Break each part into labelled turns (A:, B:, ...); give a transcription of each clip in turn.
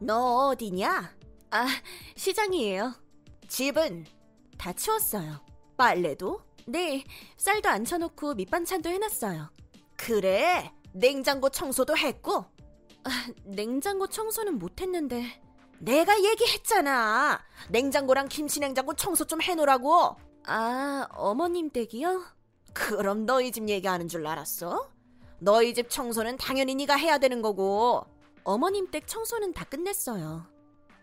A: 너 어디냐? 아, 시장이에요. 집은 다 치웠어요. 빨래도? 네, 쌀도 안 쳐놓고 밑반찬도 해놨어요. 그래, 냉장고 청소도 했고? 아, 냉장고 청소는 못했는데. 내가 얘기했잖아. 냉장고랑 김치냉장고 청소 좀 해놓으라고. 아, 어머님 댁이요? 그럼 너희 집 얘기하는 줄 알았어? 너희 집 청소는 당연히 네가 해야 되는 거고. 어머님 댁 청소는 다 끝냈어요.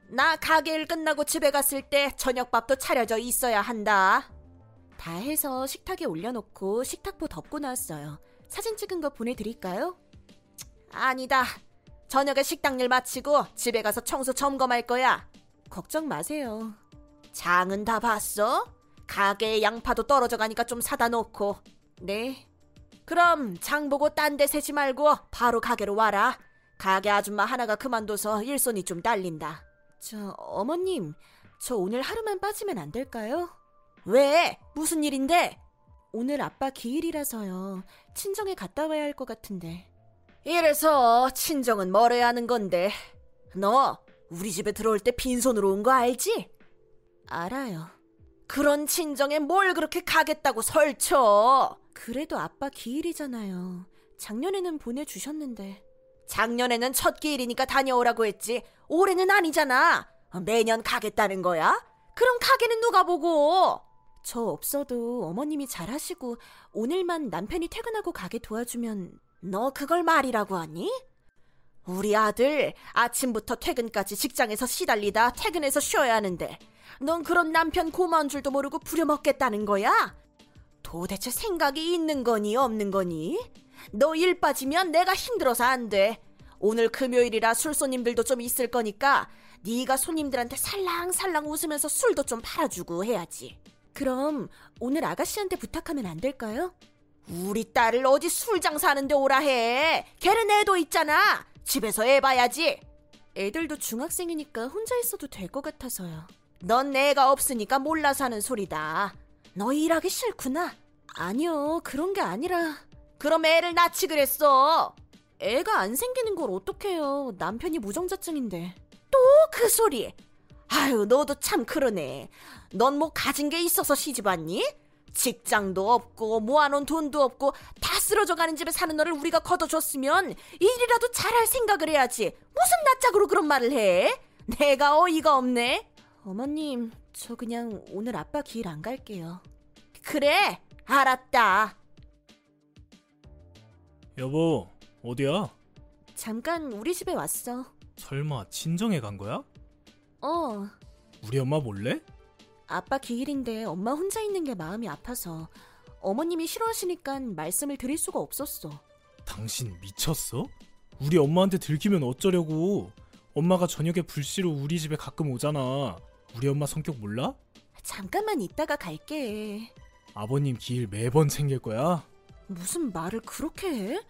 A: 나 가게 일 끝나고 집에 갔을 때 저녁밥도 차려져 있어야 한다. 다 해서 식탁에 올려놓고 식탁보 덮고 나왔어요. 사진 찍은 거 보내드릴까요? 아니다. 저녁에 식당 일 마치고 집에 가서 청소 점검할 거야. 걱정 마세요. 장은 다 봤어? 가게에 양파도 떨어져 가니까 좀 사다 놓고. 네. 그럼 장 보고 딴 데 세지 말고 바로 가게로 와라. 가게 아줌마 하나가 그만둬서 일손이 좀 딸린다. 저 어머님, 저 오늘 하루만 빠지면 안 될까요? 왜? 무슨 일인데? 오늘 아빠 기일이라서요. 친정에 갔다 와야 할 것 같은데. 이래서 친정은 뭘 해야 하는 건데. 너 우리 집에 들어올 때 빈손으로 온 거 알지? 알아요. 그런 친정에 뭘 그렇게 가겠다고 설쳐. 그래도 아빠 기일이잖아요. 작년에는 보내주셨는데. 작년에는 첫 기일이니까 다녀오라고 했지. 올해는 아니잖아. 매년 가겠다는 거야? 그럼 가게는 누가 보고? 저 없어도 어머님이 잘하시고 오늘만 남편이 퇴근하고 가게 도와주면 너 그걸 말이라고 하니? 우리 아들 아침부터 퇴근까지 직장에서 시달리다 퇴근해서 쉬어야 하는데 넌 그런 남편 고마운 줄도 모르고 부려먹겠다는 거야? 도대체 생각이 있는 거니 없는 거니? 너 일 빠지면 내가 힘들어서 안 돼. 오늘 금요일이라 술 손님들도 좀 있을 거니까 네가 손님들한테 살랑살랑 웃으면서 술도 좀 팔아주고 해야지. 그럼 오늘 아가씨한테 부탁하면 안 될까요? 우리 딸을 어디 술 장사하는데 오라 해. 걔는 애도 있잖아. 집에서 애 봐야지. 애들도 중학생이니까 혼자 있어도 될 것 같아서요. 넌 애가 없으니까 몰라서 하는 소리다. 너 일하기 싫구나. 아니요, 그런 게 아니라. 그럼 애를 낳지 그랬어. 애가 안 생기는 걸 어떡해요. 남편이 무정자증인데. 또 그 소리. 아유, 너도 참 그러네. 넌 뭐 가진 게 있어서 시집 왔니? 직장도 없고 모아놓은 돈도 없고 다 쓰러져 가는 집에 사는 너를 우리가 걷어줬으면 일이라도 잘할 생각을 해야지. 무슨 낯짝으로 그런 말을 해? 내가 어이가 없네. 어머님, 저 그냥 오늘 아빠 길 안 갈게요. 그래, 알았다.
B: 여보, 어디야?
A: 잠깐 우리 집에 왔어.
B: 설마 친정에 간 거야?
A: 어,
B: 우리 엄마 몰래?
A: 아빠 기일인데 엄마 혼자 있는 게 마음이 아파서 어머님이 싫어하시니까 말씀을 드릴 수가 없었어.
B: 당신 미쳤어? 우리 엄마한테 들키면 어쩌려고? 엄마가 저녁에 불씨로 우리 집에 가끔 오잖아. 우리 엄마 성격 몰라?
A: 잠깐만 있다가 갈게.
B: 아버님 기일 매번 챙길 거야?
A: 무슨 말을 그렇게 해?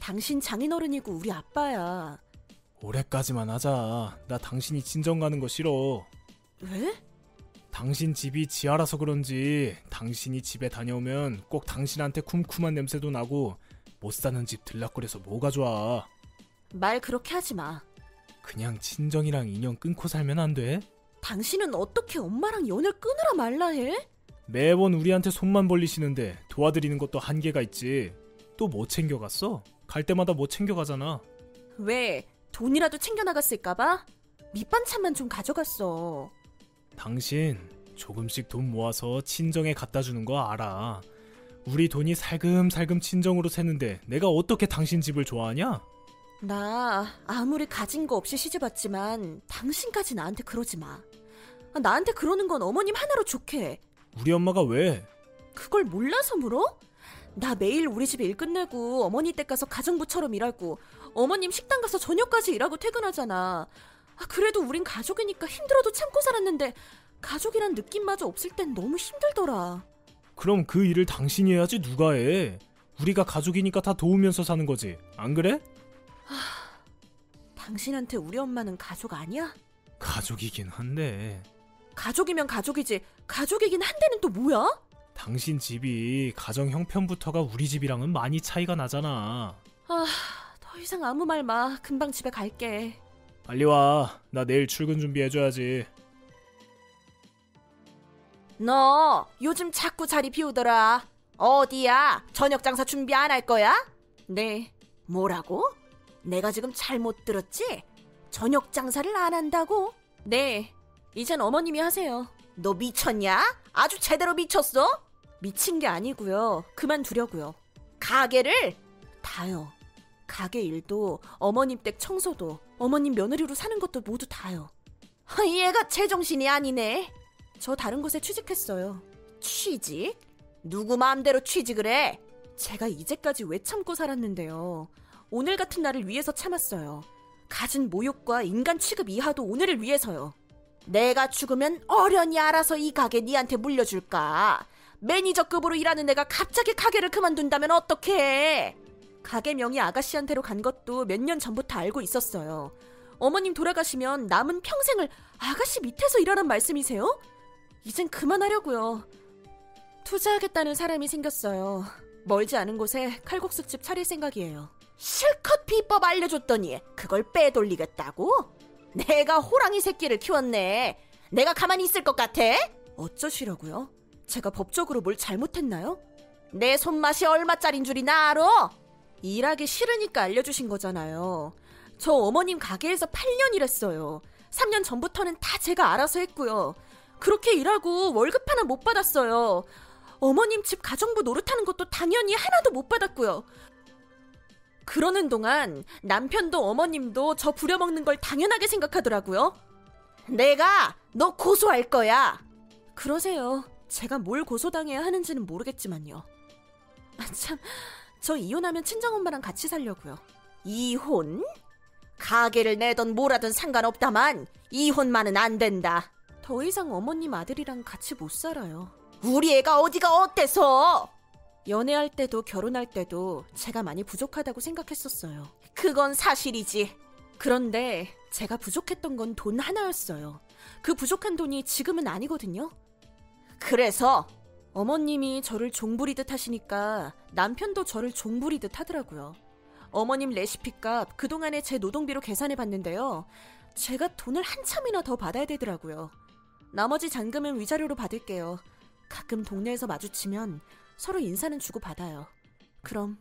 A: 당신 장인어른이고 우리 아빠야.
B: 올해까지만 하자. 나 당신이 친정 가는 거 싫어.
A: 왜?
B: 당신 집이 지하라서 그런지 당신이 집에 다녀오면 꼭 당신한테 쿰쿰한 냄새도 나고 못 사는 집 들락거려서 뭐가 좋아.
A: 말 그렇게 하지 마.
B: 그냥 친정이랑 인연 끊고 살면 안 돼?
A: 당신은 어떻게 엄마랑 연을 끊으라 말라 해?
B: 매번 우리한테 손만 벌리시는데 도와드리는 것도 한계가 있지. 또 뭐 챙겨갔어? 갈 때마다 뭐 챙겨가잖아.
A: 왜? 돈이라도 챙겨 나갔을까봐? 밑반찬만 좀 가져갔어.
B: 당신 조금씩 돈 모아서 친정에 갖다 주는 거 알아. 우리 돈이 살금살금 친정으로 새는데 내가 어떻게 당신 집을 좋아하냐?
A: 나 아무리 가진 거 없이 시집 왔지만 당신까지 나한테 그러지 마. 아, 나한테 그러는 건 어머님 하나로 좋게.
B: 우리 엄마가 왜?
A: 그걸 몰라서 물어? 나 매일 우리 집 일 끝내고 어머니 댁 가서 가정부처럼 일하고 어머님 식당 가서 저녁까지 일하고 퇴근하잖아. 아, 그래도 우린 가족이니까 힘들어도 참고 살았는데 가족이란 느낌마저 없을 땐 너무 힘들더라.
B: 그럼 그 일을 당신이 해야지 누가 해? 우리가 가족이니까 다 도우면서 사는 거지. 안 그래?
A: 당신한테 우리 엄마는 가족 아니야?
B: 가족이긴 한데
A: 가족이면 가족이지 가족이긴 한데는 또 뭐야?
B: 당신 집이 가정 형편부터가 우리 집이랑은 많이 차이가 나잖아.
A: 더 이상 아무 말 마. 금방 집에 갈게.
B: 빨리 와. 나 내일 출근 준비해줘야지.
A: 너 요즘 자꾸 자리 비우더라. 어디야? 저녁 장사 준비 안 할 거야? 네. 뭐라고? 내가 지금 잘못 들었지? 저녁 장사를 안 한다고? 네. 이젠 어머님이 하세요. 너 미쳤냐? 아주 제대로 미쳤어? 미친 게 아니고요. 그만두려고요. 가게를 다요. 가게 일도 어머님 댁 청소도 어머님 며느리로 사는 것도 모두 다요. 하, 얘가 제정신이 아니네. 저 다른 곳에 취직했어요. 취직? 누구 마음대로 취직을 해? 제가 이제까지 왜 참고 살았는데요. 오늘 같은 날을 위해서 참았어요. 가진 모욕과 인간 취급 이하도 오늘을 위해서요. 내가 죽으면 어련히 알아서 이 가게 니한테 물려줄까? 매니저급으로 일하는 내가 갑자기 가게를 그만둔다면 어떡해? 가게 명이 아가씨한테로 간 것도 몇 년 전부터 알고 있었어요. 어머님 돌아가시면 남은 평생을 아가씨 밑에서 일하란 말씀이세요? 이젠 그만하려고요. 투자하겠다는 사람이 생겼어요. 멀지 않은 곳에 칼국수집 차릴 생각이에요. 실컷 비법 알려줬더니 그걸 빼돌리겠다고? 내가 호랑이 새끼를 키웠네. 내가 가만히 있을 것 같아? 어쩌시려고요? 제가 법적으로 뭘 잘못했나요? 내 손맛이 얼마짜린 줄이나 알아? 일하기 싫으니까 알려주신 거잖아요. 저 어머님 가게에서 8년 일했어요. 3년 전부터는 다 제가 알아서 했고요. 그렇게 일하고 월급 하나 못 받았어요. 어머님 집 가정부 노릇하는 것도 당연히 하나도 못 받았고요. 그러는 동안 남편도 어머님도 저 부려먹는 걸 당연하게 생각하더라고요. 내가 너 고소할 거야. 그러세요. 제가 뭘 고소당해야 하는지는 모르겠지만요. 아, 참, 저 이혼하면 친정엄마랑 같이 살려고요. 이혼? 가게를 내던 뭐라든 상관없다만 이혼만은 안 된다. 더 이상 어머님 아들이랑 같이 못 살아요. 우리 애가 어디가 어때서? 연애할 때도 결혼할 때도 제가 많이 부족하다고 생각했었어요. 그건 사실이지. 그런데 제가 부족했던 건 돈 하나였어요. 그 부족한 돈이 지금은 아니거든요. 그래서 어머님이 저를 종부리듯 하시니까 남편도 저를 종부리듯 하더라고요. 어머님 레시피값 그동안의 제 노동비로 계산해 봤는데요. 제가 돈을 한참이나 더 받아야 되더라고요. 나머지 잔금은 위자료로 받을게요. 가끔 동네에서 마주치면 서로 인사는 주고 받아요. 그럼